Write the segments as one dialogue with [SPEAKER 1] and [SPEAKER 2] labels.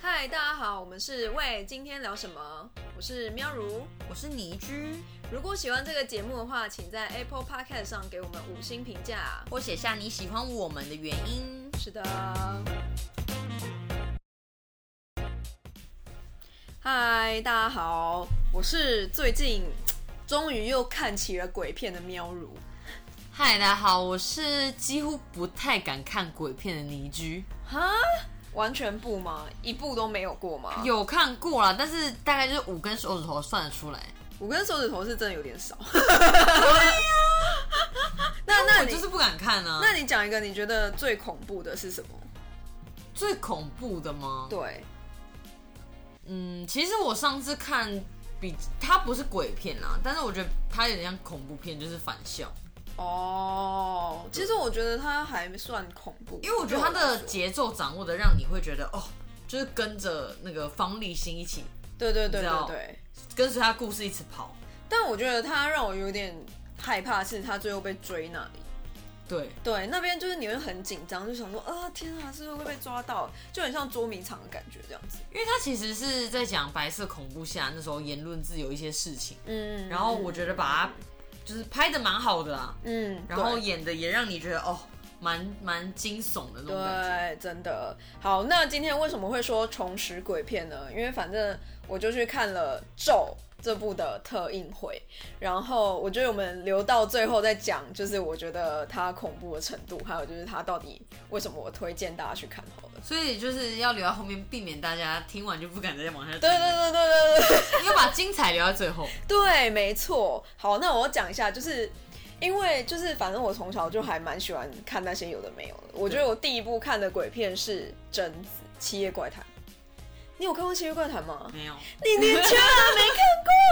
[SPEAKER 1] 嗨，大家好，我们是喂，今天聊什么？我是喵如。
[SPEAKER 2] 我是倪居，
[SPEAKER 1] 如果喜欢这个节目的话，请在 Apple Podcast 上给我们五星评价。
[SPEAKER 2] 或写下你喜欢我们的原因。
[SPEAKER 1] 是的。嗨，大家好，我是最近终于又看起了鬼片的喵如。
[SPEAKER 2] 嗨，大家好，我是几乎不太敢看鬼片的倪居，
[SPEAKER 1] 哈，完全不吗？一部都没有过吗？
[SPEAKER 2] 有看过啦，但是大概就是五根手指头算得出来。
[SPEAKER 1] 我跟手指头是真的有点少。对呀、 那那
[SPEAKER 2] 我
[SPEAKER 1] 你
[SPEAKER 2] 就是不敢看啊。
[SPEAKER 1] 那你讲一个你觉得最恐怖的是什么？
[SPEAKER 2] 最恐怖的吗？
[SPEAKER 1] 对，
[SPEAKER 2] 嗯，其实我上次看比它不是鬼片啦，但是我觉得它有点像恐怖片，就是反校，
[SPEAKER 1] 哦，其实我觉得它还算恐怖，
[SPEAKER 2] 因为我觉得它
[SPEAKER 1] 对我来
[SPEAKER 2] 的
[SPEAKER 1] 说
[SPEAKER 2] 节奏掌握的让你会觉得哦，就是跟着那个方力申一起
[SPEAKER 1] 对对对
[SPEAKER 2] 你知
[SPEAKER 1] 对
[SPEAKER 2] 道
[SPEAKER 1] 对。
[SPEAKER 2] 跟随他故事一起跑。
[SPEAKER 1] 但我觉得它让我有点害怕，是它最后被追那里。
[SPEAKER 2] 对，
[SPEAKER 1] 对，那边就是你会很紧张，就想说啊，天啊，是不是会被抓到？就很像捉迷藏的感觉这样子。
[SPEAKER 2] 因为他其实是在讲白色恐怖下那时候言论自由一些事情，
[SPEAKER 1] 嗯，
[SPEAKER 2] 然后我觉得把它就是拍的蛮好的啦，
[SPEAKER 1] 嗯，
[SPEAKER 2] 然后
[SPEAKER 1] 对
[SPEAKER 2] 演的也让你觉得哦，蛮蛮惊悚的那种感觉。
[SPEAKER 1] 对，真的好。那今天为什么会说重拾鬼片呢？因为反正我就去看了《咒》这部的特映会，然后我觉得我们留到最后再讲，就是我觉得它恐怖的程度，还有就是它到底为什么我推荐大家去看好了。
[SPEAKER 2] 所以就是要留在后面，避免大家听完就不敢再往下听。
[SPEAKER 1] 对对对对对对。
[SPEAKER 2] 对，要把精彩留在最后。
[SPEAKER 1] 对，没错。好，那我要讲一下，就是因为就是反正我从小就还蛮喜欢看那些有的没有的。我觉得我第一部看的鬼片是《贞子七夜怪谈》，你有看过《七夜怪谈》 吗？
[SPEAKER 2] 没有，
[SPEAKER 1] 你年轻啊，没看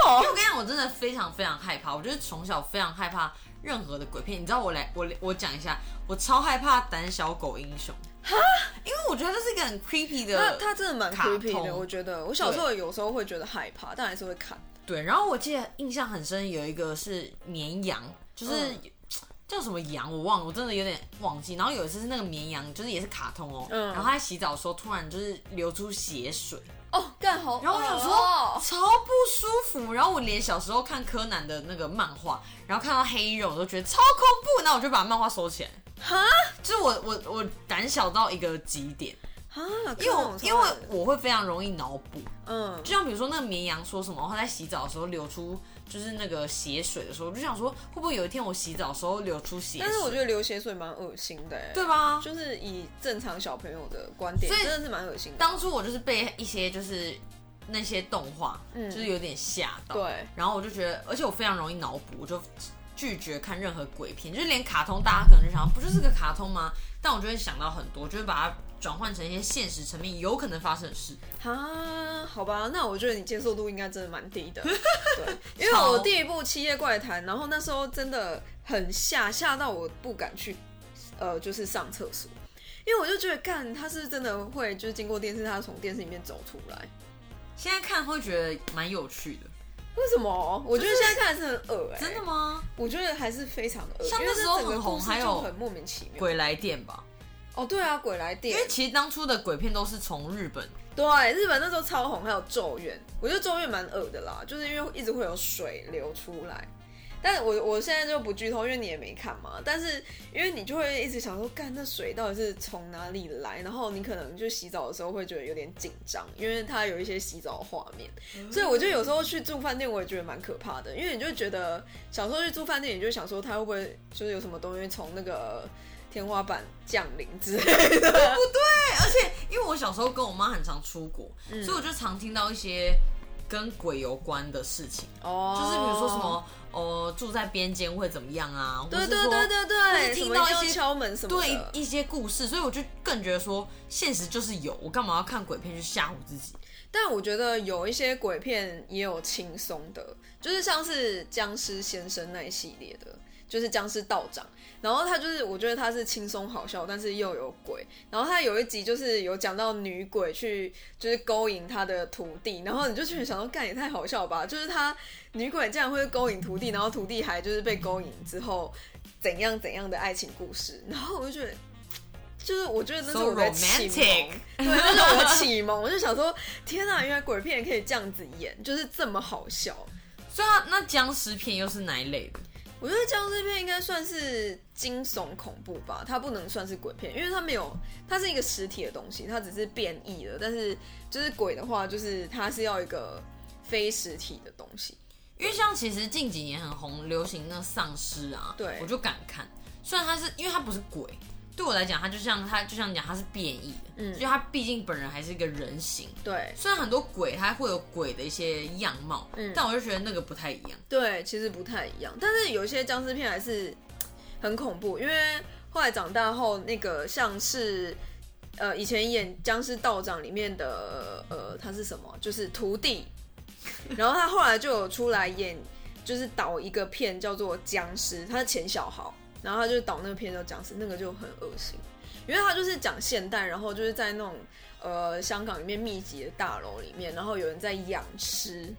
[SPEAKER 2] 因为我跟你讲，我真的非常非常害怕，我就是从小非常害怕任何的鬼片。你知道我来，我我讲一下，我超害怕胆小狗英雄。哈，因为我觉得这是一个很 creepy 的。
[SPEAKER 1] 那 它真的蛮
[SPEAKER 2] 卡
[SPEAKER 1] creepy 的，
[SPEAKER 2] 通
[SPEAKER 1] 我觉得我小时候有时候会觉得害怕，但还是会看。
[SPEAKER 2] 对，然后我记得印象很深，有一个是绵羊，就是、
[SPEAKER 1] 嗯
[SPEAKER 2] 叫什么羊我忘了，我真的有点忘记。然后有一次是那个绵羊，就是也是卡通哦，
[SPEAKER 1] 嗯
[SPEAKER 2] 然后他在洗澡的时候突然就是流出血水，
[SPEAKER 1] 哦，干好，
[SPEAKER 2] 然后我想说、
[SPEAKER 1] 哦
[SPEAKER 2] 超不舒服。然后我连小时候看柯南的那个漫画，然后看到黑衣人，我都觉得超恐怖，那我就把漫画收起来。
[SPEAKER 1] 哈
[SPEAKER 2] 就是我我我胆小到一个极点，
[SPEAKER 1] 啊，
[SPEAKER 2] 因为
[SPEAKER 1] 看那
[SPEAKER 2] 我
[SPEAKER 1] 种超
[SPEAKER 2] 因为
[SPEAKER 1] 恶的
[SPEAKER 2] 我会非常容易脑补，
[SPEAKER 1] 嗯
[SPEAKER 2] 就像比如说那个绵羊说什么，它在洗澡的时候流出就是那个血水的时候，我就想说会不会有一天我洗澡的时候流出血水？
[SPEAKER 1] 但是我觉得流血水蛮恶心的、欸，
[SPEAKER 2] 对吧？
[SPEAKER 1] 就是以正常小朋友的观点，
[SPEAKER 2] 所以
[SPEAKER 1] 真的是蛮恶心的。
[SPEAKER 2] 当初我就是被一些就是那些动画，
[SPEAKER 1] 嗯
[SPEAKER 2] 就是有点吓到，
[SPEAKER 1] 对，啊
[SPEAKER 2] 然后我就觉得，而且我非常容易脑补，我就拒绝看任何鬼片，就是连卡通，大家可能就想不就是个卡通吗？但我就会想到很多，就会把它转换成一些现实层面有可能发生的事。
[SPEAKER 1] 啊，好吧，那我觉得你接受度应该真的蛮低 的。对，因为我第一部《七夜怪谈》，然后那时候真的很吓，吓到我不敢去，呃，就是上厕所，因为我就觉得，干他是真的会，就是经过电视，他从电视里面走出来。
[SPEAKER 2] 现在看会觉得蛮有趣的，
[SPEAKER 1] 为什么？我觉得现在看还是很恶哎、
[SPEAKER 2] 真的吗？
[SPEAKER 1] 我觉得还是非常恶，
[SPEAKER 2] 像
[SPEAKER 1] 因为
[SPEAKER 2] 那时候
[SPEAKER 1] 这整个
[SPEAKER 2] 很红
[SPEAKER 1] 故事
[SPEAKER 2] 还有
[SPEAKER 1] 就很莫名其妙。
[SPEAKER 2] 鬼来电吧。
[SPEAKER 1] 哦，对啊，鬼来电
[SPEAKER 2] 因，为其实当初的鬼片都是从日本，
[SPEAKER 1] 对，日本那时候超红，还有《咒怨》，我觉得《咒怨》蛮恶的啦，就是因为一直会有水流出来。但我我现在就不剧透，因为你也没看嘛。但是因为你就会一直想说，干那水到底是从哪里来？然后你可能就洗澡的时候会觉得有点紧张，因为它有一些洗澡的画面。
[SPEAKER 2] 嗯
[SPEAKER 1] 所以我就有时候去住饭店，我也觉得蛮可怕的，因为你就觉得小时候去住饭店，你就想说它会不会就是有什么东西从那个天花板降临之类的。
[SPEAKER 2] 而且因为我小时候跟我妈很常出国，
[SPEAKER 1] 嗯
[SPEAKER 2] 所以我就常听到一些跟鬼有关的事情，
[SPEAKER 1] 哦
[SPEAKER 2] 就是比如说什么呃住在边间会怎么样啊，或
[SPEAKER 1] 对
[SPEAKER 2] 是
[SPEAKER 1] 对
[SPEAKER 2] 说
[SPEAKER 1] 对对对，
[SPEAKER 2] 是听
[SPEAKER 1] 什么
[SPEAKER 2] 到一
[SPEAKER 1] 要
[SPEAKER 2] 些
[SPEAKER 1] 敲门什么的。
[SPEAKER 2] 对一些故事，所以我就更觉得说现实就是有，我干嘛要看鬼片去吓唬自己？
[SPEAKER 1] 但我觉得有一些鬼片也有轻松的，就是像是僵尸先生那一系列的，就是僵尸道长。然后他就是，我觉得他是轻松好笑，但是又有鬼。然后他有一集就是有讲到女鬼去就是勾引他的徒弟，然后你就去想说，干也太好笑了吧？就是他女鬼竟然会勾引徒弟，然后徒弟还就是被勾引之后怎样怎样的爱情故事。然后我就觉得。就是我觉得那是
[SPEAKER 2] So
[SPEAKER 1] 我的启蒙
[SPEAKER 2] romantic
[SPEAKER 1] 对，那是我的启蒙。我就想说，天哪，原来鬼片也可以这样子演，就是这么好笑。
[SPEAKER 2] 所以它那僵尸片又是哪一类的？
[SPEAKER 1] 我觉得僵尸片应该算是惊悚恐怖吧，它不能算是鬼片，因为它没有，它是一个实体的东西，它只是变异了。但是就是鬼的话，就是它是要一个非实体的东西。
[SPEAKER 2] 因为像其实近几年很红，流行那丧尸啊，
[SPEAKER 1] 对
[SPEAKER 2] 我就敢看。虽然它是因为它不是鬼，对我来讲，它就像它就像你讲它是变异的，
[SPEAKER 1] 嗯
[SPEAKER 2] 就它毕竟本人还是一个人形。
[SPEAKER 1] 对
[SPEAKER 2] 虽然很多鬼它会有鬼的一些样貌，
[SPEAKER 1] 嗯
[SPEAKER 2] 但我就觉得那个不太一样。
[SPEAKER 1] 对，其实不太一样，但是有些僵尸片还是很恐怖，因为后来长大后，那个像是呃以前演《僵尸道长》里面的呃他是什么，就是徒弟， 然后他后来就有出来演，就是导一个片叫做《僵尸》，他是钱小豪，然后他就导那个片叫《僵尸》，那个就很恶心，因为他就是讲现代，然后就是在那种呃香港里面密集的大楼里面，然后有人在养尸，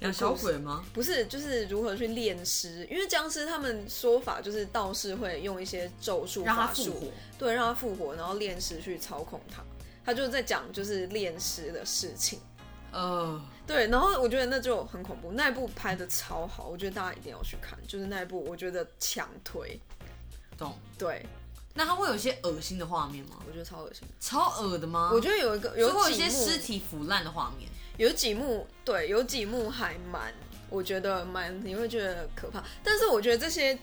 [SPEAKER 2] 养小鬼吗？
[SPEAKER 1] 不是，就是如何去练尸，因为僵尸他们说法就是道士会用一些咒术
[SPEAKER 2] 让它
[SPEAKER 1] 法
[SPEAKER 2] 复
[SPEAKER 1] 术，
[SPEAKER 2] 活？
[SPEAKER 1] 对，让他复活，然后练尸去操控他。他就在讲就是练尸的事情，
[SPEAKER 2] 呃，
[SPEAKER 1] 对，然后我觉得那就很恐怖，那一部拍的超好，我觉得大家一定要去看，就是那一部我觉得强推，
[SPEAKER 2] 懂。
[SPEAKER 1] 对
[SPEAKER 2] 那它会有一些恶心的画面吗？
[SPEAKER 1] 我觉得超恶心的。
[SPEAKER 2] 超恶的吗？
[SPEAKER 1] 我觉得有一个
[SPEAKER 2] 所以会
[SPEAKER 1] 有
[SPEAKER 2] 啊有一
[SPEAKER 1] 几
[SPEAKER 2] 些
[SPEAKER 1] 幕
[SPEAKER 2] 尸，体腐烂的画面。
[SPEAKER 1] 有几幕对，有几幕还蛮，我觉得蛮你会觉得可怕，但是我觉得这些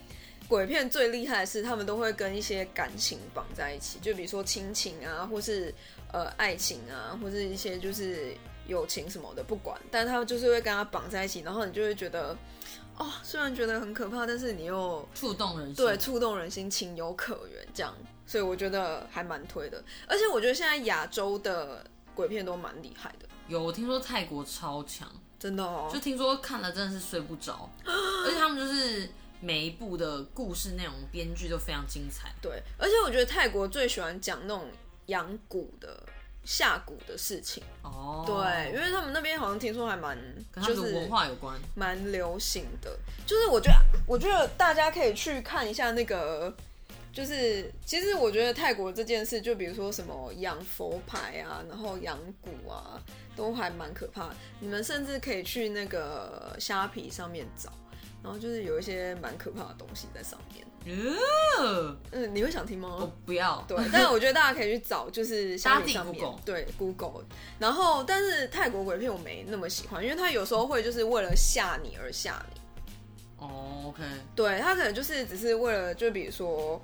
[SPEAKER 1] 鬼片最厉害的是，他们都会跟一些感情绑在一起，就比如说亲情啊，或是呃爱情啊，或是一些就是友情什么的，不管，但他们就是会跟他绑在一起，然后你就会觉得，哦，虽然觉得很可怕，但是你又
[SPEAKER 2] 触动人心，
[SPEAKER 1] 对，触动人心，情有可原这样，所以我觉得还蛮推的，而且我觉得现在亚洲的鬼片都蛮厉害的，
[SPEAKER 2] 有我听说泰国超强，
[SPEAKER 1] 真的哦
[SPEAKER 2] 就，听说看了真的是睡不 着，而且他们就是每一部的故事内容编剧都非常精彩。
[SPEAKER 1] 对，而且我觉得泰国最喜欢讲那种养蛊的下蛊的事情。
[SPEAKER 2] 哦，
[SPEAKER 1] 对，因为他们那边好像听说还蛮，
[SPEAKER 2] 跟他
[SPEAKER 1] 就
[SPEAKER 2] 们的
[SPEAKER 1] 是
[SPEAKER 2] 文化有关。
[SPEAKER 1] 蛮流行的。就是我觉得，我觉得大家可以去看一下那个，就是其实我觉得泰国这件事，就比如说什么养佛牌啊，然后养蛊啊，都还蛮可怕的。你们甚至可以去那个虾皮上面找，然后就是有一些蛮可怕的东西在上面。
[SPEAKER 2] 呃，
[SPEAKER 1] 嗯，你会想听吗？
[SPEAKER 2] 我不要。
[SPEAKER 1] 对，但是我觉得大家可以去找，就是虾
[SPEAKER 2] 大家自
[SPEAKER 1] 米
[SPEAKER 2] 己
[SPEAKER 1] 上面
[SPEAKER 2] Google
[SPEAKER 1] 对 Google，然后但是泰国鬼片我没那么喜欢，因为他有时候会就是为了吓你而吓你，
[SPEAKER 2] 哦，OK，
[SPEAKER 1] 对他可能就是只是为了就比如说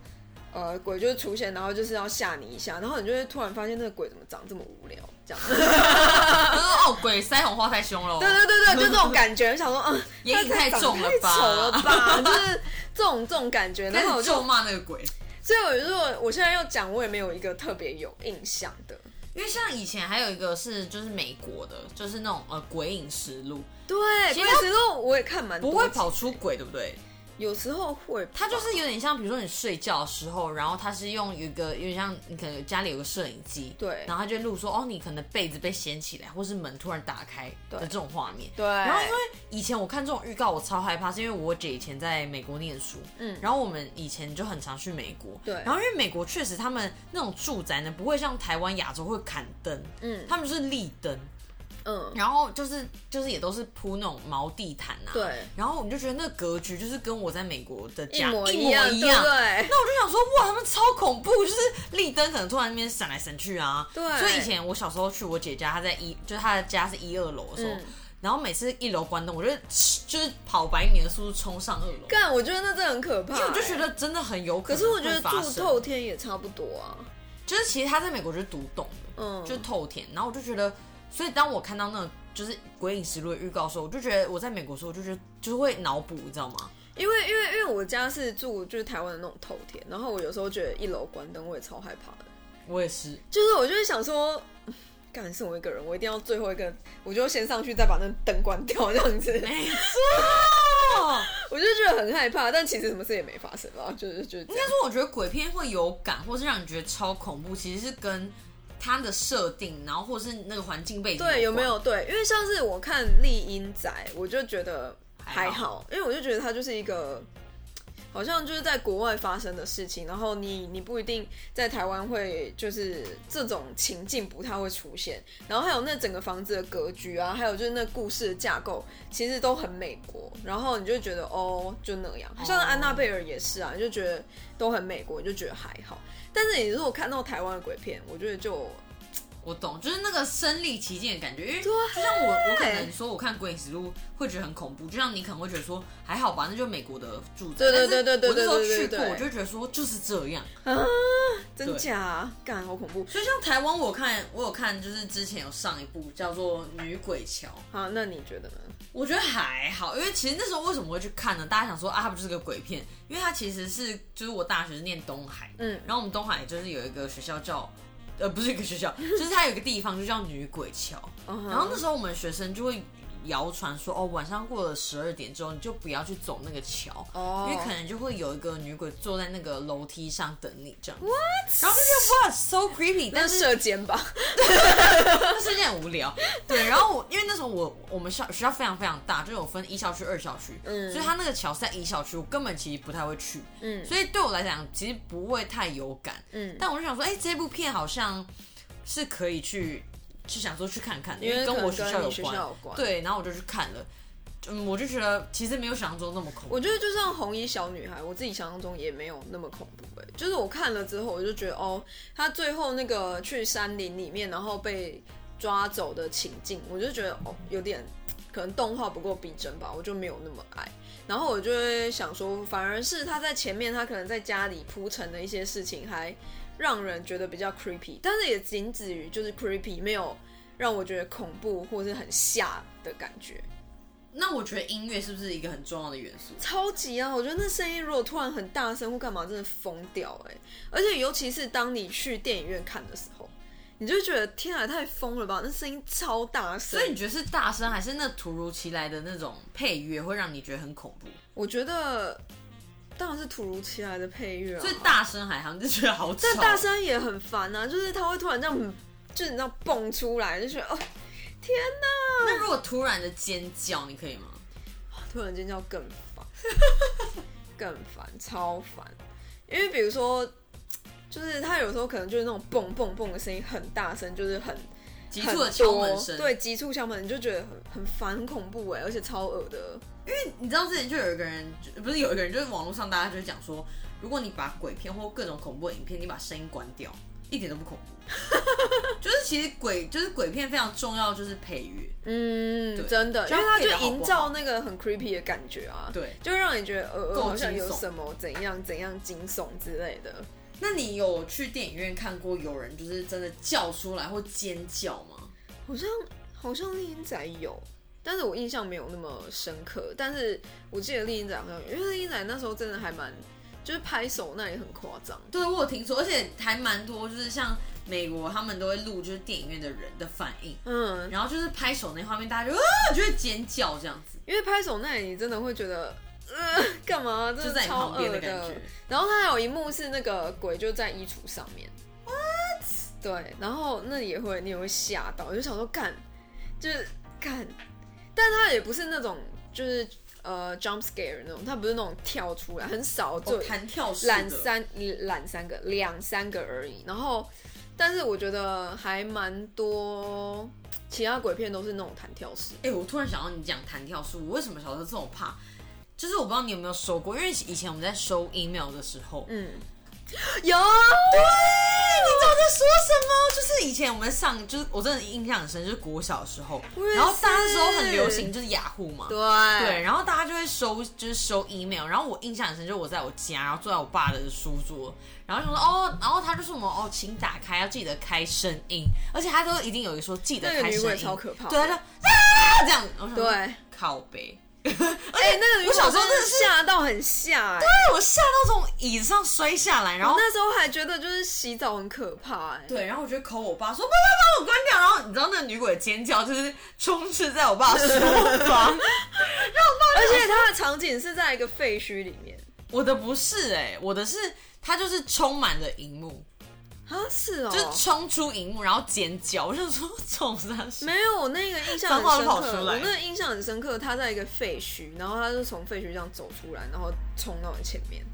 [SPEAKER 1] 呃鬼就是出现，然后就是要吓你一下，然后你就会突然发现那个鬼怎么长这么无聊这样，
[SPEAKER 2] 哦他说哦，鬼腮红花太凶了哦，
[SPEAKER 1] 对对对对，就这种感觉，我想说嗯，
[SPEAKER 2] 眼影
[SPEAKER 1] 他
[SPEAKER 2] 太
[SPEAKER 1] 长
[SPEAKER 2] 重了
[SPEAKER 1] 太丑了
[SPEAKER 2] 吧。
[SPEAKER 1] 吧，就是这种这种感 觉，然后
[SPEAKER 2] 开
[SPEAKER 1] 我
[SPEAKER 2] 始
[SPEAKER 1] 就
[SPEAKER 2] 咒骂那个鬼，
[SPEAKER 1] 所以我如果我现在要讲，我也没有一个特别有印象的，
[SPEAKER 2] 因为像以前还有一个是就是美国的，就是那种呃鬼影实录，
[SPEAKER 1] 对，
[SPEAKER 2] 其
[SPEAKER 1] 其
[SPEAKER 2] 实
[SPEAKER 1] 实我也看蛮多
[SPEAKER 2] 不会
[SPEAKER 1] 集
[SPEAKER 2] 跑出鬼，对不对？
[SPEAKER 1] 有时候会吧，
[SPEAKER 2] 它就是有点像，比如说你睡觉的时候，然后它是用一个有点像你可能家里有个摄影机，
[SPEAKER 1] 对
[SPEAKER 2] 然后它就录说哦，你可能被子被掀起来，或是门突然打开的这种画面。
[SPEAKER 1] 对，
[SPEAKER 2] 然后因为以前我看这种预告，我超害怕，是因为我姐以前在美国念书，
[SPEAKER 1] 嗯
[SPEAKER 2] 然后我们以前就很常去美国，
[SPEAKER 1] 对
[SPEAKER 2] 然后因为美国确实他们那种住宅呢，不会像台湾亚洲会砍灯，
[SPEAKER 1] 嗯
[SPEAKER 2] 他们就是立灯，
[SPEAKER 1] 嗯，
[SPEAKER 2] 然后就是就是也都是铺那种毛地毯啊，
[SPEAKER 1] 对，
[SPEAKER 2] 然后我们就觉得那个格局就是跟我在美国的
[SPEAKER 1] 一
[SPEAKER 2] 家
[SPEAKER 1] 模
[SPEAKER 2] 一
[SPEAKER 1] 样，对不对？
[SPEAKER 2] 那我就想说，哇，他们超恐怖，就是立灯可能突然那边闪来闪去啊。
[SPEAKER 1] 对
[SPEAKER 2] 所以以前我小时候去我姐家，她在一，就是她的家是一二楼的时候，
[SPEAKER 1] 嗯
[SPEAKER 2] 然后每次一楼关灯，我就就是跑百米的速度冲上二楼，
[SPEAKER 1] 干，我觉得那真的很可怕、
[SPEAKER 2] 因为我就觉
[SPEAKER 1] 欸，
[SPEAKER 2] 得真的很有可
[SPEAKER 1] 可
[SPEAKER 2] 能。
[SPEAKER 1] 是我觉得
[SPEAKER 2] 发
[SPEAKER 1] 住
[SPEAKER 2] 生，
[SPEAKER 1] 透天也差不多啊，
[SPEAKER 2] 就是其实她在美国就是读懂的，
[SPEAKER 1] 嗯，
[SPEAKER 2] 就是透天。然后我就觉得，所以当我看到那个就是《鬼影实录》的预告的时候，我就觉得我在美国的时候，我就觉得就是会脑补，你知道吗？
[SPEAKER 1] 因为因为因为我家是住就是台湾的那种透天，然后我有时候觉得一楼关灯我也超害怕的，
[SPEAKER 2] 我也是，
[SPEAKER 1] 就是我就会想说。 嗯干是我一个人，我一定要最后一个，我就先上去，再把那灯关掉，这样子，
[SPEAKER 2] 没错。
[SPEAKER 1] 我就觉得很害怕。但其实什么事也没发生啦，就是就是这
[SPEAKER 2] 但
[SPEAKER 1] 样。
[SPEAKER 2] 是我觉得鬼片会有感，或是让你觉得超恐怖，其实是跟它的设定，然后或是那个环境背景
[SPEAKER 1] 对，有没
[SPEAKER 2] 关？
[SPEAKER 1] 有对？因为像是我看《丽英仔》，我就觉得还好，因为我就觉得它就是一个好像就是在国外发生的事情，然后你你不一定在台湾会就是这种情境不太会出现，然后还有那整个房子的格局啊，还有就是那故事的架构，其实都很美国，然后你就觉得哦就那样，像安娜贝尔也是啊，你就觉得都很美国，你就觉得还好，但是你如果看到台湾的鬼片，我觉得就
[SPEAKER 2] 我懂，就是那个身临其境的感觉，因为就像我，我可能说我看《鬼影实录》会觉得很恐怖，就像你可能会觉得说还好吧，那就是美国的住宅。
[SPEAKER 1] 对对对对对
[SPEAKER 2] 但是我那时候
[SPEAKER 1] 对对
[SPEAKER 2] 去
[SPEAKER 1] 对
[SPEAKER 2] 过，
[SPEAKER 1] 对
[SPEAKER 2] 我就觉得说就是这样。
[SPEAKER 1] 真假啊干好恐怖。
[SPEAKER 2] 所以像台湾，我有看我有看，就是之前有上一部叫做《女鬼桥》，
[SPEAKER 1] 好，那你觉得呢？
[SPEAKER 2] 我觉得还好，因为其实那时候为什么会去看呢？大家想说啊，它不就是个鬼片？因为它其实是就是我大学是念东海，
[SPEAKER 1] 嗯
[SPEAKER 2] 然后我们东海就是有一个学校叫，呃，不是一个学校， 就是它有一个地方就叫女鬼桥。然
[SPEAKER 1] 然
[SPEAKER 2] 后那时候我们学生就会谣传说，哦，晚上过了十二点之后，你就不要去走那个桥。
[SPEAKER 1] 哦，
[SPEAKER 2] 因为可能就会有一个女鬼坐在那个楼梯上等你这样子然后就觉得哇，so 啊 creepy，
[SPEAKER 1] 那
[SPEAKER 2] 但
[SPEAKER 1] 是
[SPEAKER 2] 是
[SPEAKER 1] 射箭吧，
[SPEAKER 2] 但是有点无聊。对，然后我因为那时候我我们校学校非常非常大，就有分一校区、二校区，
[SPEAKER 1] 嗯
[SPEAKER 2] 所以它那个桥是在一校区，我根本其实不太会去，
[SPEAKER 1] 嗯
[SPEAKER 2] 所以对我来讲其实不会太有感。
[SPEAKER 1] 嗯，
[SPEAKER 2] 但我就想说，哎、这部片好像是可以去去想说去看看的，因
[SPEAKER 1] 因为
[SPEAKER 2] 跟
[SPEAKER 1] 可能
[SPEAKER 2] 我学校
[SPEAKER 1] 跟
[SPEAKER 2] 有
[SPEAKER 1] 你学
[SPEAKER 2] 关。
[SPEAKER 1] 校有关
[SPEAKER 2] 对，然后我就去看了，嗯，我就觉得其实没有想象中那么恐怖。
[SPEAKER 1] 我觉得就像红衣小女孩，我自己想象中也没有那么恐怖哎、就是我看了之后，我就觉得哦，她最后那个去山林里面，然后被抓走的情境，我就觉得哦，有点可能动画不够逼真吧，我就没有那么爱。然后我就会想说，反而是她在前面，她可能在家里铺陈的一些事情，还让人觉得比较 creepy，但是也仅止于就是 creepy，没有让我觉得恐怖或是很吓的感觉。
[SPEAKER 2] 那我觉得音乐是不是一个很重要的元素？
[SPEAKER 1] 超级啊！我觉得那声音如果突然很大声或干嘛，真的疯掉哎、而且尤其是当你去电影院看的时候，你就会觉得天啊，太疯了吧！那声音超大声
[SPEAKER 2] 所以，你觉得是大声，还是那突如其来的那种配乐会让你觉得很恐怖？
[SPEAKER 1] 我觉得当然是突如其来的配乐啊。
[SPEAKER 2] 所以大声还好，你就觉得好吵。
[SPEAKER 1] 但大声也很烦啊，就是它会突然这样，嗯就是你知道蹦出来，就觉得哦，
[SPEAKER 2] 那如果突然的尖叫，你可以吗？
[SPEAKER 1] 突然间叫更 烦，更烦，超烦。因为比如说，就是他有时候可能就是那种蹦蹦蹦的声音很大声，就是很
[SPEAKER 2] 急
[SPEAKER 1] 很
[SPEAKER 2] 促
[SPEAKER 1] 多
[SPEAKER 2] 的敲门声。，
[SPEAKER 1] 对，急促敲门，你就觉得很很烦、很恐怖哎，而且超恶的。
[SPEAKER 2] 你知道之前就有一个人，就不是有一个人，就是网络上大家就会讲说，如果你把鬼片或各种恐怖的影片，你把声音关掉，一点都不恐怖。 就是其实鬼就是鬼片非常重要，就是配乐。
[SPEAKER 1] 嗯
[SPEAKER 2] 对，
[SPEAKER 1] 真的，因
[SPEAKER 2] 就
[SPEAKER 1] 为
[SPEAKER 2] 要
[SPEAKER 1] 他
[SPEAKER 2] 配得
[SPEAKER 1] 就
[SPEAKER 2] 好不
[SPEAKER 1] 营造那个很 creepy 的感觉啊，
[SPEAKER 2] 对，
[SPEAKER 1] 就会让你觉得呃，
[SPEAKER 2] 够
[SPEAKER 1] 好像
[SPEAKER 2] 惊
[SPEAKER 1] 有
[SPEAKER 2] 悚
[SPEAKER 1] 什么怎样怎样惊悚之类的。
[SPEAKER 2] 那你有去电影院看过有人就是真的叫出来或尖叫吗？
[SPEAKER 1] 好像好像丽英仔有，但是我印象没有那么深刻。但是我记得丽英仔好像有，因为丽英仔那时候真的还蛮，就是拍手那也很夸张。
[SPEAKER 2] 对，我有听说，而且还蛮多，就是像美国他们都会录就是电影院的人的反应，
[SPEAKER 1] 嗯，
[SPEAKER 2] 然后就是拍手那画面，大家就啊就会尖叫这样子，
[SPEAKER 1] 因为拍手那你真的会觉得，呃，干嘛？真
[SPEAKER 2] 就
[SPEAKER 1] 的
[SPEAKER 2] 在你
[SPEAKER 1] 超
[SPEAKER 2] 旁
[SPEAKER 1] 恶
[SPEAKER 2] 边的感觉。
[SPEAKER 1] 然后它还有一幕是那个鬼就在衣橱上面，what？对，然后那也会你也会吓到，我就想说干，就是干，但它也不是那种就是呃 jump scare 那种，它不是那种跳出来，很少就
[SPEAKER 2] 哦，弹跳式
[SPEAKER 1] 懒
[SPEAKER 2] 的，
[SPEAKER 1] 三懒三个两三个而已。然后，但是我觉得还蛮多其他鬼片都是那种弹跳式，
[SPEAKER 2] 哎、我突然想到你讲弹跳术，我为什么小时候这么怕？就是我不知道你有没有收过，因为以前我们在收 email 的时候，哎
[SPEAKER 1] 嗯， 有
[SPEAKER 2] 你知道我在说什么？就是以前我们上，就是我真的印象很深，就是国小的时候
[SPEAKER 1] 我也，是
[SPEAKER 2] 然后大家那时候很流行就是雅虎嘛，
[SPEAKER 1] 对
[SPEAKER 2] 对，然后大家就会收，就是收 email。然后我印象很深，就是我在我家，然后坐在我爸的书桌，然后就说哦，然后他就说我们哦，请打开，要记得开声音，而且他都一定有一说记得
[SPEAKER 1] 那个
[SPEAKER 2] 开
[SPEAKER 1] 女
[SPEAKER 2] 声
[SPEAKER 1] 鬼
[SPEAKER 2] 音，
[SPEAKER 1] 超可怕的
[SPEAKER 2] 对，他就啊这样，我想说
[SPEAKER 1] 对，
[SPEAKER 2] 靠背，
[SPEAKER 1] 哎、那个女鬼
[SPEAKER 2] 我小时候
[SPEAKER 1] 真的
[SPEAKER 2] 真的是
[SPEAKER 1] 吓到很吓、哎
[SPEAKER 2] 哎，我吓到从椅子上摔下来，然后
[SPEAKER 1] 我那时候还觉得就是洗澡很可怕、哎，
[SPEAKER 2] 对，啊然后我就抠我爸说：“爸爸，把我关掉。”啊然后你知道那个女鬼尖叫，就是充斥在我爸的 书房。
[SPEAKER 1] 而且它的场景是在一个废墟里面，
[SPEAKER 2] 我的不是哎、我的是它就是充满着荧幕，
[SPEAKER 1] 啊，是哦，
[SPEAKER 2] 就是冲出荧幕然后尖叫， 我就说冲啥事？
[SPEAKER 1] 没有，我那个印象
[SPEAKER 2] 脏话
[SPEAKER 1] 很
[SPEAKER 2] 都
[SPEAKER 1] 深
[SPEAKER 2] 跑
[SPEAKER 1] 刻。
[SPEAKER 2] 出
[SPEAKER 1] 我
[SPEAKER 2] 来
[SPEAKER 1] 那个印象很深刻，他在一个废墟，然后他就从废墟这样走出来，然后冲到你前面。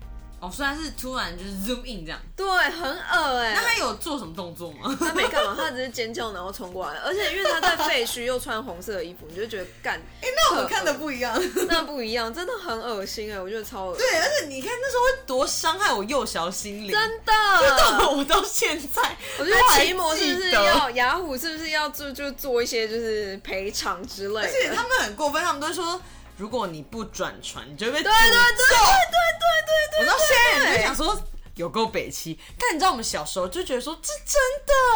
[SPEAKER 2] 哦，虽然是突然就是 zoom in 这样，
[SPEAKER 1] 对，很恶哎、
[SPEAKER 2] 那他有做什么动 作吗？
[SPEAKER 1] 他没干嘛，他只是尖叫然后冲过来，而且因为他在废墟又穿红色的衣服，你就觉得干，哎、
[SPEAKER 2] 那我们看的不 一样。
[SPEAKER 1] 那不一样，真的很恶心哎、我觉得超恶心，
[SPEAKER 2] 对，而且你看那时候会多伤害我幼小心灵，
[SPEAKER 1] 真
[SPEAKER 2] 到
[SPEAKER 1] 的。
[SPEAKER 2] 我到现在，
[SPEAKER 1] 我觉得
[SPEAKER 2] 他还
[SPEAKER 1] 奇摩是不是
[SPEAKER 2] 记得
[SPEAKER 1] 要雅虎是不是要做就做一些就是赔偿之类的？
[SPEAKER 2] 而且他们很过分，他们都说如果你不转传，你就会被
[SPEAKER 1] 对对对
[SPEAKER 2] 诅咒
[SPEAKER 1] 对对对对
[SPEAKER 2] 我到现在
[SPEAKER 1] 对
[SPEAKER 2] 也就想说。有够北七，但你知道我们小时候就觉得说这真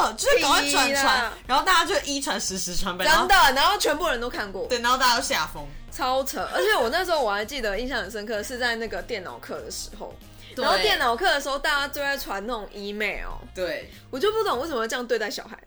[SPEAKER 2] 的，就是赶快
[SPEAKER 1] 屁
[SPEAKER 2] 转
[SPEAKER 1] 啦
[SPEAKER 2] 传，然后大家就一传十，十传百，然后
[SPEAKER 1] 真的，然后全部人都看过。
[SPEAKER 2] 对，然后大家都吓疯。
[SPEAKER 1] 超扯！而且我那时候我还记得印象很深刻，是在那个电脑课的时候，
[SPEAKER 2] 对
[SPEAKER 1] 然后电脑课的时候大家就在传那种 email，
[SPEAKER 2] 对，
[SPEAKER 1] 我就不懂为什么要这样对待小孩。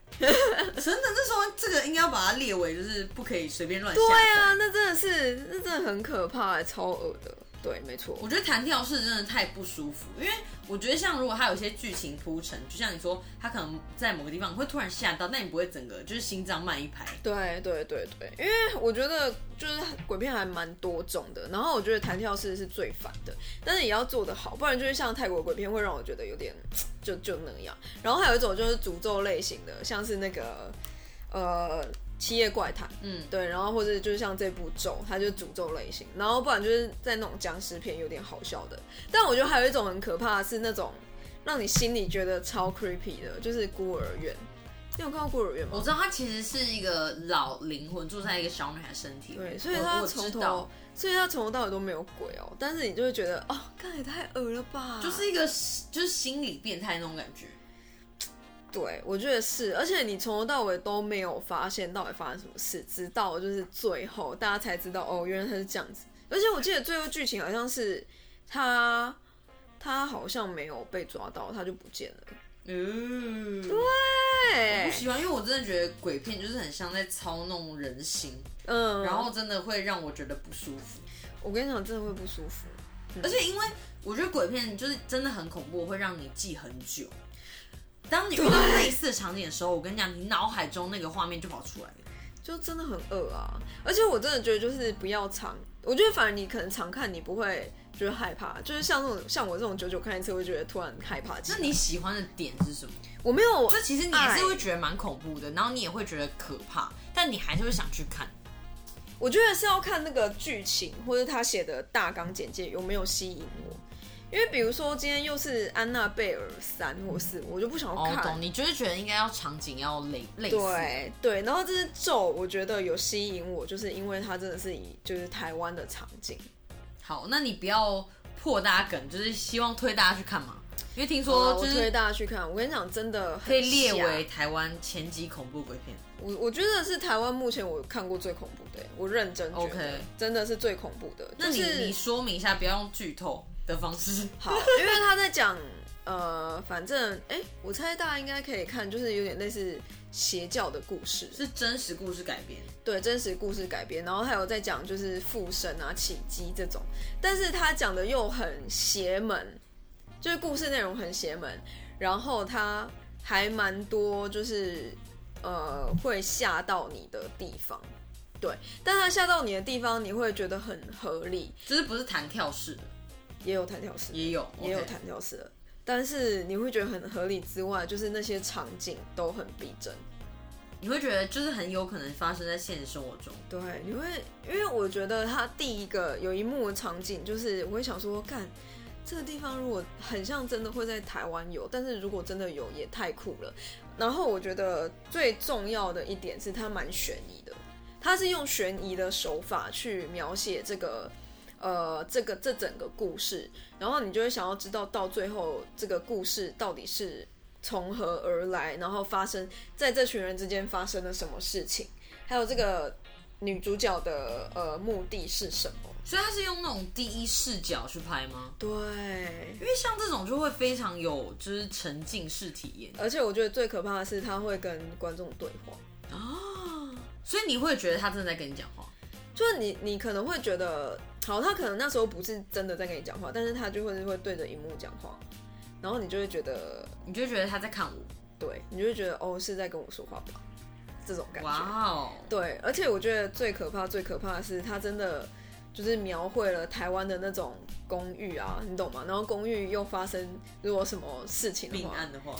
[SPEAKER 2] 真的那时候这个应该要把它列为就是不可以随便乱下
[SPEAKER 1] 对
[SPEAKER 2] 载。
[SPEAKER 1] 啊，那真的是，那真的很可怕、欸超恶的。对，没错，
[SPEAKER 2] 我觉得弹跳式真的太不舒服，因为我觉得像如果它有一些剧情铺陈，就像你说，它可能在某个地方会突然吓到，但你不会整个就是心脏慢一拍。
[SPEAKER 1] 对对对对，因为我觉得就是鬼片还蛮多种的，然后我觉得弹跳式是最烦的，但是也要做得好，不然就是像泰国鬼片会让我觉得有点就就那样。然后还有一种就是诅咒类型的，像是那个呃《七夜怪谈》，
[SPEAKER 2] 嗯，
[SPEAKER 1] 对，然后或者就是像这部咒，它就是诅咒类型，然后不然就是在那种僵尸片有点好笑的。但我觉得还有一种很可怕的是那种让你心里觉得超 creepy 的，就是孤儿院。你有看过孤儿院
[SPEAKER 2] 我
[SPEAKER 1] 吗？
[SPEAKER 2] 知道它其实是一个老灵魂住在一个小女孩身体里，
[SPEAKER 1] 对，所以
[SPEAKER 2] 我
[SPEAKER 1] 他
[SPEAKER 2] 哦我
[SPEAKER 1] 从
[SPEAKER 2] 知
[SPEAKER 1] 头
[SPEAKER 2] 道，
[SPEAKER 1] 所以他从头到尾都没有鬼哦，但是你就会觉得哦，看也太恶了吧，
[SPEAKER 2] 就是一个就是心理变态那种感觉。
[SPEAKER 1] 对，我觉得是，而且你从头到尾都没有发现到底发生什么事，直到就是最后大家才知道哦，原来他是这样子。而且我记得最后剧情好像是他他好像没有被抓到，他就不见了。
[SPEAKER 2] 嗯，
[SPEAKER 1] 对
[SPEAKER 2] 我哦不，喜欢，因为我真的觉得鬼片就是很像在操弄人心，
[SPEAKER 1] 嗯，
[SPEAKER 2] 然后真的会让我觉得不舒服。
[SPEAKER 1] 我跟你讲，真的会不舒服。
[SPEAKER 2] 而且因为我觉得鬼片就是真的很恐怖，会让你记很久。当你遇到类似的场景的时候，我跟你讲，你脑海中那个画面就跑出来了。
[SPEAKER 1] 就真的很恶啊！而且我真的觉得就是不要常，我觉得反而你可能常看你不会觉得害怕，就是像那种像我这种久久看一次会觉得突然害怕起
[SPEAKER 2] 那
[SPEAKER 1] 来。
[SPEAKER 2] 你喜欢的点是什么？
[SPEAKER 1] 我没有，
[SPEAKER 2] 就其实你也是会觉得蛮恐怖的，然后你也会觉得可怕，但你还是会想去看。
[SPEAKER 1] 我觉得是要看那个剧情或者他写的大纲简介有没有吸引我。因为比如说今天又是安娜贝尔三或四，我就不想要
[SPEAKER 2] 哦，
[SPEAKER 1] 看。
[SPEAKER 2] 懂，你就是觉得应该要场景要类类似。
[SPEAKER 1] 对对，然后这是咒，我觉得有吸引我，就是因为它真的是以就是台湾的场景。
[SPEAKER 2] 好，那你不要破大家梗，就是希望推大家去看嘛，因为听
[SPEAKER 1] 好
[SPEAKER 2] 说
[SPEAKER 1] 啦
[SPEAKER 2] 就
[SPEAKER 1] 我哦推
[SPEAKER 2] 是
[SPEAKER 1] 大家去看，我跟你讲，真的很
[SPEAKER 2] 可以列
[SPEAKER 1] 吓
[SPEAKER 2] 为台湾前几恐怖鬼片。
[SPEAKER 1] 我我觉得是台湾目前我看过最恐怖的，欸我认真觉得
[SPEAKER 2] OK
[SPEAKER 1] 真的是最恐怖的。
[SPEAKER 2] 那你
[SPEAKER 1] 就是
[SPEAKER 2] 你说明一下，不要用剧透的方式。
[SPEAKER 1] 好，因为他在讲呃，反正哎、诶我猜大家应该可以看，就是有点类似邪教的故事，
[SPEAKER 2] 是真实故事改编，
[SPEAKER 1] 对真实故事改编，然后还有在讲就是附身啊、起机这种，但是他讲的又很邪门，就是故事内容很邪门，然后他还蛮多就是呃会吓到你的地方。对，但他吓到你的地方，你会觉得很合理，
[SPEAKER 2] 就是不是弹跳式的，
[SPEAKER 1] 也有弹跳式，
[SPEAKER 2] 也有
[SPEAKER 1] 也有
[SPEAKER 2] OK
[SPEAKER 1] 弹跳式的，但是你会觉得很合理之外，就是那些场景都很逼真。
[SPEAKER 2] 你会觉得就是很有可能发生在现实生活中。
[SPEAKER 1] 对，你会因为我觉得他第一个有一幕的场景，就是我会想说，干这个地方如果很像真的会在台湾有，但是如果真的有也太酷了。然后我觉得最重要的一点是它蛮悬疑的，它是用悬疑的手法去描写这个。呃，这个这整个故事，然后你就会想要知道到最后这个故事到底是从何而来，然后发生在这群人之间发生了什么事情，还有这个女主角的呃目的是什么？
[SPEAKER 2] 所以他是用那种第一视角去拍吗？
[SPEAKER 1] 对，
[SPEAKER 2] 因为像这种就会非常有就是沉浸式体验
[SPEAKER 1] 而且我觉得最可怕的是她会跟观众对话，
[SPEAKER 2] 啊，所以你会觉得他真的在跟你讲话。
[SPEAKER 1] 就是你你可能会觉得，好，她可能那时候不是真的在跟你讲话，但是她就会会对着荧幕讲话，然后你就会觉得，
[SPEAKER 2] 你就觉得他在看我，
[SPEAKER 1] 对你就会觉得哦是在跟我说话吧，这种感觉。
[SPEAKER 2] 哇哦，
[SPEAKER 1] 对，而且我觉得最可怕、最可怕的是，他真的就是描绘了台湾的那种公寓啊，你懂吗？然后公寓又发生如果什么事情的
[SPEAKER 2] 命
[SPEAKER 1] 话，
[SPEAKER 2] 案的话，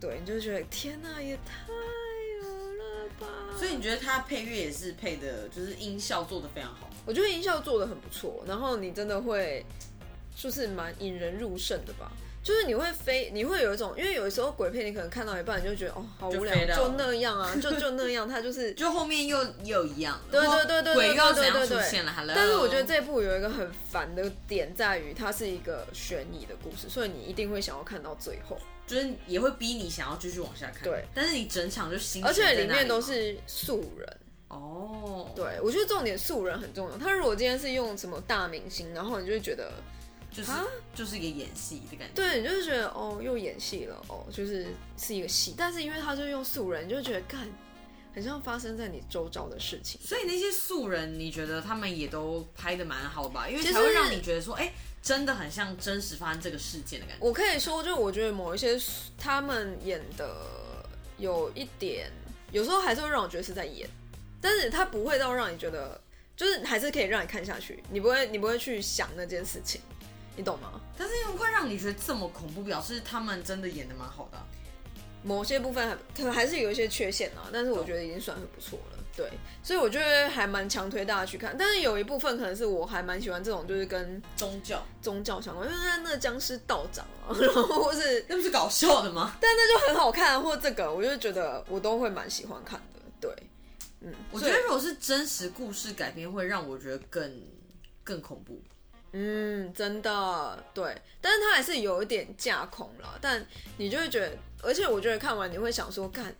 [SPEAKER 1] 对，你就觉得天哪、也太恶了吧！
[SPEAKER 2] 所以你觉得他配乐也是配的，就是音效做的非常好。
[SPEAKER 1] 我觉得音效做的很不错，然后你真的会就是蛮引人入胜的吧。就是你会飞，你会有一种，因为有时候鬼片你可能看到一半你就觉得哦好
[SPEAKER 2] 就
[SPEAKER 1] 无聊
[SPEAKER 2] 飞，到
[SPEAKER 1] 就那样啊，就就那样，它就是
[SPEAKER 2] 就后面又又一样了，
[SPEAKER 1] 对对对对对
[SPEAKER 2] 鬼又要怎样
[SPEAKER 1] 对对
[SPEAKER 2] 出
[SPEAKER 1] 对
[SPEAKER 2] 现了？Hello，
[SPEAKER 1] 但是我觉得这部有一个很烦的点在于，它是一个悬疑的故事，所以你一定会想要看到最后，
[SPEAKER 2] 就是也会逼你想要继续往下看，
[SPEAKER 1] 对，
[SPEAKER 2] 但是你整场就心情
[SPEAKER 1] 而且里
[SPEAKER 2] 在那
[SPEAKER 1] 面都
[SPEAKER 2] 嘛
[SPEAKER 1] 是素人。
[SPEAKER 2] 哦，，
[SPEAKER 1] 对，我觉得重点素人很重要。他如果今天是用什么大明星，然后你就会觉得，
[SPEAKER 2] 就是就是一个演戏的感觉，
[SPEAKER 1] 啊对，你就是觉得哦，又演戏了，哦，就是是一个戏。但是因为他就用素人，你就觉得干，很像发生在你周遭的事情。
[SPEAKER 2] 所以那些素人，你觉得他们也都拍的蛮好吧？因为
[SPEAKER 1] 其实
[SPEAKER 2] 才会让你觉得说，哎、真的很像真实发生这个事件的感觉。
[SPEAKER 1] 我可以说，就我觉得某一些他们演的有一点，有时候还是会让我觉得是在演，但是他不会到让你觉得，就是还是可以让你看下去，你不会你不会去想那件事情，你懂吗？
[SPEAKER 2] 但是又会让你觉得这么恐怖，表示他们真的演的蛮好的啊、
[SPEAKER 1] 某些部分还可能还是有一些缺陷啊，但是我觉得已经算很不错了。对，所以我觉得还蛮强推大家去看，但是有一部分可能是我还蛮喜欢这种，就是跟
[SPEAKER 2] 宗教
[SPEAKER 1] 宗教相关，因为他那个僵尸道长啊，然后或是
[SPEAKER 2] 那不是搞笑的吗？
[SPEAKER 1] 但那就很好看，啊或这个，我就觉得我都会蛮喜欢看的。对，嗯，
[SPEAKER 2] 我觉
[SPEAKER 1] 所以
[SPEAKER 2] 得如果是真实故事改编，会让我觉得更更恐怖。
[SPEAKER 1] 嗯，真的对，但是它还是有一点架空了，但你就会觉得，而且我觉得看完你会想说，看，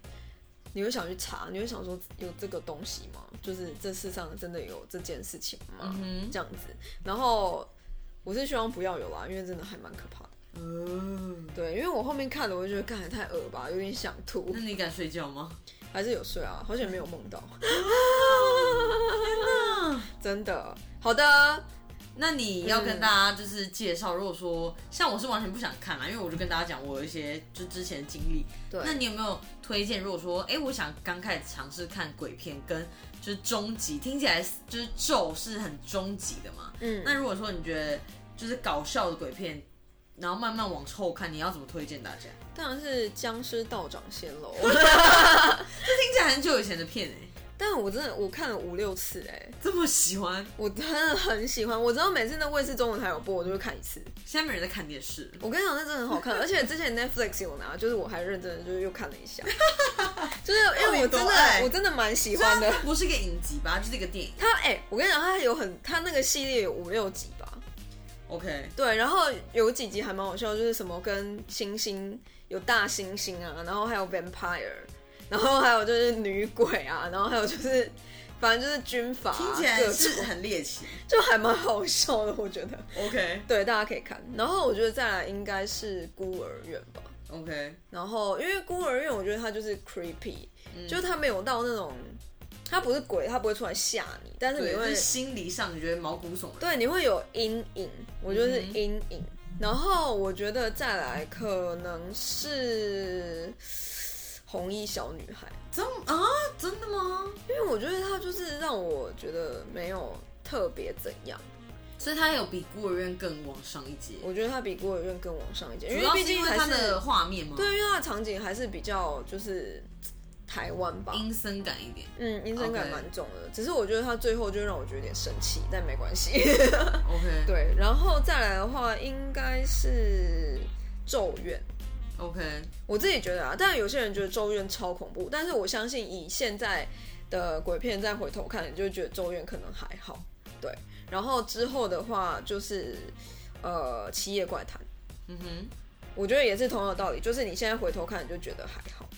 [SPEAKER 1] 你会想去查，你会想说有这个东西吗？就是这世上真的有这件事情吗？
[SPEAKER 2] 嗯
[SPEAKER 1] 这样子，然后我是希望不要有啦，因为真的还蛮可怕的。
[SPEAKER 2] 哼，哦，
[SPEAKER 1] 对，因为我后面看了，我就觉得看得太恶吧，有点想吐
[SPEAKER 2] 那，你敢睡觉吗？
[SPEAKER 1] 还是有睡啊，好险没有梦到，真的。好的，
[SPEAKER 2] 那你要跟大家就是介绍，如果说像我是完全不想看啦，因为我就跟大家讲我有一些就之前的经历。
[SPEAKER 1] 对
[SPEAKER 2] 那你有没有推荐？如果说，哎、我想刚开始尝试看鬼片，跟就是终极，听起来就是咒是很终极的嘛。
[SPEAKER 1] 嗯
[SPEAKER 2] 那如果说你觉得就是搞笑的鬼片，然后慢慢往后看，你要怎么推荐大家？
[SPEAKER 1] 当然是僵尸道长先喽。
[SPEAKER 2] 听起来很久以前的片哎、
[SPEAKER 1] 但我真的我看了五六次哎、
[SPEAKER 2] 这么喜欢，
[SPEAKER 1] 我真的很喜欢。我知道每次那卫视中文台有播，我就会看一次。
[SPEAKER 2] 现在没人在看电视。
[SPEAKER 1] 我跟你讲，那真的很好 看，而且之前 Netflix 有拿，就是我还认真的就是又看了一下，就是因为我真
[SPEAKER 2] 哦你多
[SPEAKER 1] 的、
[SPEAKER 2] 爱
[SPEAKER 1] 我真的蛮喜
[SPEAKER 2] 虽然
[SPEAKER 1] 欢的
[SPEAKER 2] 它。不是一个啊影集吧，就是一个电影。
[SPEAKER 1] 它哎、我跟你讲，它有很它那个系列有五六集吧，
[SPEAKER 2] OK，
[SPEAKER 1] 对，然后有几集还蛮好笑，就是什么跟猩猩有大猩猩啊，然后还有 vampire，然后还有就是女鬼啊，然后还有就是反正就是军阀、啊，
[SPEAKER 2] 听起来
[SPEAKER 1] 各
[SPEAKER 2] 是
[SPEAKER 1] 种
[SPEAKER 2] 很猎奇。
[SPEAKER 1] 就还蛮好笑的，我觉得。
[SPEAKER 2] OK
[SPEAKER 1] 对，大家可以看。然后我觉得再来应该是孤儿院吧。
[SPEAKER 2] OK，
[SPEAKER 1] 然后因为孤儿院，我觉得它就是 creepy，、就是
[SPEAKER 2] 嗯
[SPEAKER 1] 它没有到那种，它不是鬼，它不会出来吓你，但是
[SPEAKER 2] 对，
[SPEAKER 1] 你
[SPEAKER 2] 就是
[SPEAKER 1] 会
[SPEAKER 2] 心理上你觉得毛骨悚然。
[SPEAKER 1] 对，你会有阴影，我觉得是
[SPEAKER 2] 嗯哼
[SPEAKER 1] 阴影。然后我觉得再来可能是红衣小女孩，
[SPEAKER 2] 真啊，真的吗？
[SPEAKER 1] 因为我觉得她就是让我觉得没有特别怎样，
[SPEAKER 2] 所以它有比孤儿院更往上一阶，
[SPEAKER 1] 我觉得她比孤儿院更往上一点，
[SPEAKER 2] 主
[SPEAKER 1] 为
[SPEAKER 2] 要
[SPEAKER 1] 毕
[SPEAKER 2] 是因
[SPEAKER 1] 竟
[SPEAKER 2] 为
[SPEAKER 1] 还
[SPEAKER 2] 它
[SPEAKER 1] 是
[SPEAKER 2] 的画面吗？，
[SPEAKER 1] 对，因为它的场景还是比较就是台湾吧，
[SPEAKER 2] 阴森感一点。
[SPEAKER 1] 嗯，阴森感
[SPEAKER 2] OK
[SPEAKER 1] 蛮重的。只是我觉得它最后就让我觉得有点生气，但没关系。
[SPEAKER 2] OK
[SPEAKER 1] 对，然后再来的话应该是咒怨。
[SPEAKER 2] OK，
[SPEAKER 1] 我自己觉得啊，但有些人觉得《咒怨》超恐怖，但是我相信以现在的鬼片再回头看，你就会觉得《咒怨》可能还好。对，然后之后的话就是呃《七夜怪谈》，
[SPEAKER 2] 嗯哼，
[SPEAKER 1] 我觉得也是同样的道理，就是你现在回头看，你就觉得还好。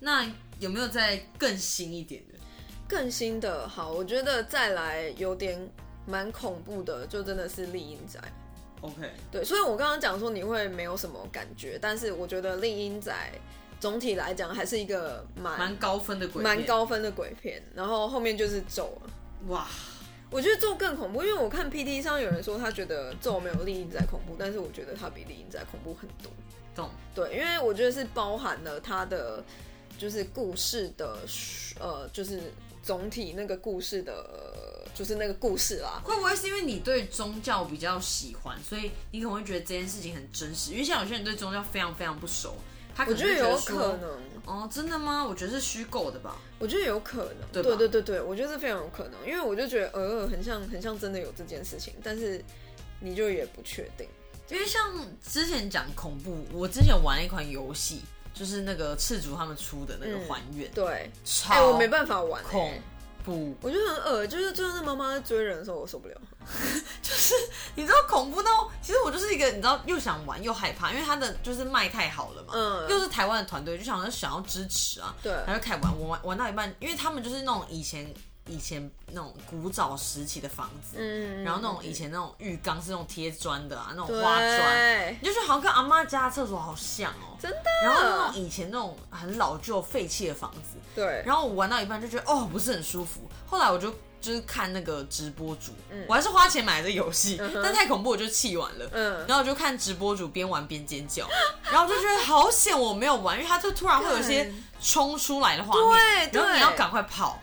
[SPEAKER 2] 那有没有再更新一点的？
[SPEAKER 1] 更新的好，我觉得再来有点蛮恐怖的，就真的是《丽英宅》。
[SPEAKER 2] OK，
[SPEAKER 1] 对，所以我刚刚讲说你会没有什么感觉，但是我觉得《丽英宅》总体来讲还是一个蛮
[SPEAKER 2] 蛮高分的鬼片，
[SPEAKER 1] 蛮高分的鬼片，然后后面就是咒了。啊
[SPEAKER 2] 哇，
[SPEAKER 1] 我觉得咒更恐怖，因为我看 P T 上有人说他觉得咒没有丽影仔恐怖，但是我觉得它比丽影仔恐怖很多。
[SPEAKER 2] 懂？
[SPEAKER 1] 对，因为我觉得是包含了它的就是故事的呃，就是总体那个故事的，呃就是那个故事啦。
[SPEAKER 2] 会不会是因为你对宗教比较喜欢，所以你可能会觉得这件事情很真实？因为像有些人对宗教非常非常不熟，他可
[SPEAKER 1] 我
[SPEAKER 2] 能
[SPEAKER 1] 觉得
[SPEAKER 2] 会
[SPEAKER 1] 有
[SPEAKER 2] 说
[SPEAKER 1] 可。能，
[SPEAKER 2] 哦，真的吗？我觉得是虚构的吧。
[SPEAKER 1] 我觉得有可能，
[SPEAKER 2] 对吧
[SPEAKER 1] 对对对对，我觉得是非常有可能，因为我就觉得呃，很像很像真的有这件事情，但是你就也不确定。
[SPEAKER 2] 因为像之前讲恐怖，我之前玩了一款游戏，就是那个赤足他们出的那个
[SPEAKER 1] 嗯
[SPEAKER 2] 还原，
[SPEAKER 1] 对，
[SPEAKER 2] 超
[SPEAKER 1] 哎、我没办法玩、
[SPEAKER 2] 恐
[SPEAKER 1] 欸，
[SPEAKER 2] 怖。
[SPEAKER 1] 我觉得很恶，就是就算是妈妈在追人的时候，我受不了。
[SPEAKER 2] 你知道恐怖到，其实我就是一个你知道又想玩又害怕，因为它的就是卖太好了嘛，
[SPEAKER 1] 嗯
[SPEAKER 2] 又是台湾的团队，就想要想要支持啊，
[SPEAKER 1] 对
[SPEAKER 2] 然后就开始玩，我玩玩到一半，因为他们就是那种以前以前那种古早时期的房子，
[SPEAKER 1] 嗯，
[SPEAKER 2] 然后那种以前那种浴缸是那种贴砖的啊，那种
[SPEAKER 1] 对
[SPEAKER 2] 花砖，你就觉得好像跟阿妈家的厕所好像哦，
[SPEAKER 1] 真的，
[SPEAKER 2] 然后那种以前那种很老旧废弃的房子，
[SPEAKER 1] 对，
[SPEAKER 2] 然后我玩到一半就觉得哦不是很舒服，后来我就就是看那个直播主，我还是花钱买的游戏，但太恐怖我就弃玩了。
[SPEAKER 1] 嗯，
[SPEAKER 2] 然后我就看直播主边玩边尖叫，然后我就觉得好险我没有玩，因为他就突然会有一些
[SPEAKER 1] 干
[SPEAKER 2] 冲出来的画面，
[SPEAKER 1] 对
[SPEAKER 2] 然后你
[SPEAKER 1] 对
[SPEAKER 2] 要赶快跑，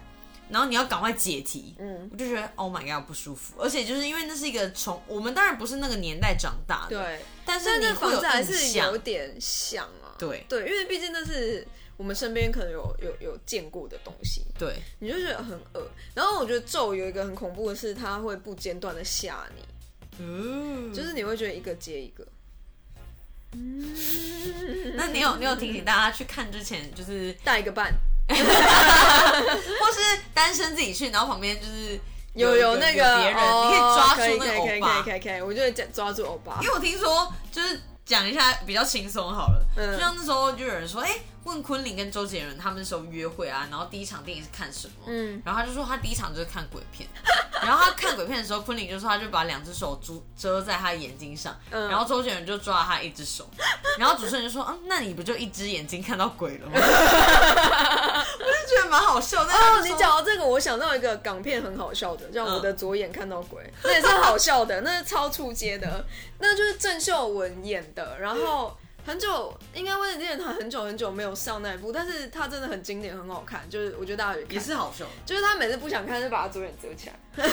[SPEAKER 2] 然后你要赶快解题，
[SPEAKER 1] 嗯
[SPEAKER 2] 我就觉得 Oh my god 不舒服，而且就是因为那是一个从我们当然不是那个年代长大的，
[SPEAKER 1] 对。
[SPEAKER 2] 但是
[SPEAKER 1] 但
[SPEAKER 2] 你
[SPEAKER 1] 那
[SPEAKER 2] 会
[SPEAKER 1] 房
[SPEAKER 2] 有
[SPEAKER 1] 子还
[SPEAKER 2] 印
[SPEAKER 1] 是
[SPEAKER 2] 象
[SPEAKER 1] 有，点像啊。
[SPEAKER 2] 对
[SPEAKER 1] 对，因为毕竟那是我们身边可能有有有见过的东西，
[SPEAKER 2] 对，
[SPEAKER 1] 你就觉得很恶。然后我觉得咒有一个很恐怖的是，它会不间断的吓你，
[SPEAKER 2] 嗯，
[SPEAKER 1] 就是你会觉得一个接一个。
[SPEAKER 2] 那你有你有提醒大家去看之前，就是
[SPEAKER 1] 带一个伴，
[SPEAKER 2] 或是单身自己去，然后旁边就是
[SPEAKER 1] 有
[SPEAKER 2] 有
[SPEAKER 1] 那个，
[SPEAKER 2] 别人，
[SPEAKER 1] 哦
[SPEAKER 2] 你可以抓
[SPEAKER 1] 可以
[SPEAKER 2] 住那个
[SPEAKER 1] 可以
[SPEAKER 2] 欧
[SPEAKER 1] 可
[SPEAKER 2] 巴
[SPEAKER 1] 以。可以可以可以，我就会抓抓住欧巴
[SPEAKER 2] 因。为我听说就是讲一下比较轻松好了，
[SPEAKER 1] 嗯
[SPEAKER 2] 就像那时候就有人说，哎、问昆凌跟周杰伦他们那时候约会啊，然后第一场电影是看什么？
[SPEAKER 1] 嗯
[SPEAKER 2] 然后他就说他第一场就是看鬼片， 然后他看鬼片的时候，昆凌就说他就把两只手遮遮在他眼睛上，
[SPEAKER 1] 嗯
[SPEAKER 2] 然后周杰伦就抓他一 只手，然后主持人就说，嗯，那你不就一只眼睛看到鬼 了吗？我就觉得蛮好笑，但是
[SPEAKER 1] 哦，
[SPEAKER 2] 他就
[SPEAKER 1] 你
[SPEAKER 2] 说嗯
[SPEAKER 1] 讲到这个，我想到一个港片很好笑的，叫《我的左眼看到鬼》， 那也是好笑的，那是超出街的， 那就是郑秀文演的，然后。很久，应该温子健他很久很久没有上那一部，但是他真的很经典，很好看。就是我觉得大家也
[SPEAKER 2] 也
[SPEAKER 1] 看，
[SPEAKER 2] 是好笑的。
[SPEAKER 1] 就是他每次不想看就把他左眼遮起来，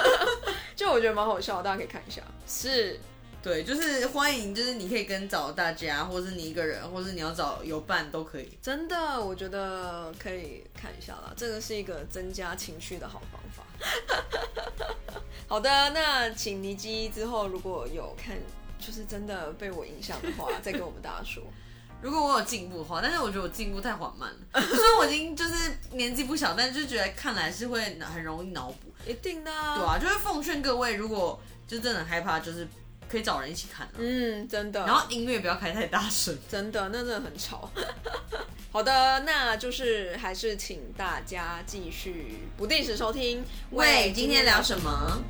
[SPEAKER 1] 就我觉得蛮好笑的，大家可以看一下。是，
[SPEAKER 2] 对，就是欢迎，就是你可以跟找大家，或是你一个人，或是你要找有伴都可以。
[SPEAKER 1] 真的，我觉得可以看一下啦，这个是一个增加情绪的好方法。 好的，那请尼基之后如果有看，就是真的被我影响的话，再跟我们大家说。
[SPEAKER 2] 如果我有进步的话，但是我觉得我进步太缓慢了。 虽然我已经就是年纪不小，但就觉得看来是会很容易脑补。
[SPEAKER 1] 一定的、
[SPEAKER 2] 对啊，就是奉劝各位，如果就真的很害怕，就是可以找人一起看、啊。
[SPEAKER 1] 嗯，真的。
[SPEAKER 2] 然后音乐不要开太大声。
[SPEAKER 1] 真的，那真的很吵。 好的，那就是还是请大家继续不定时收听。
[SPEAKER 2] 喂，今天聊什么？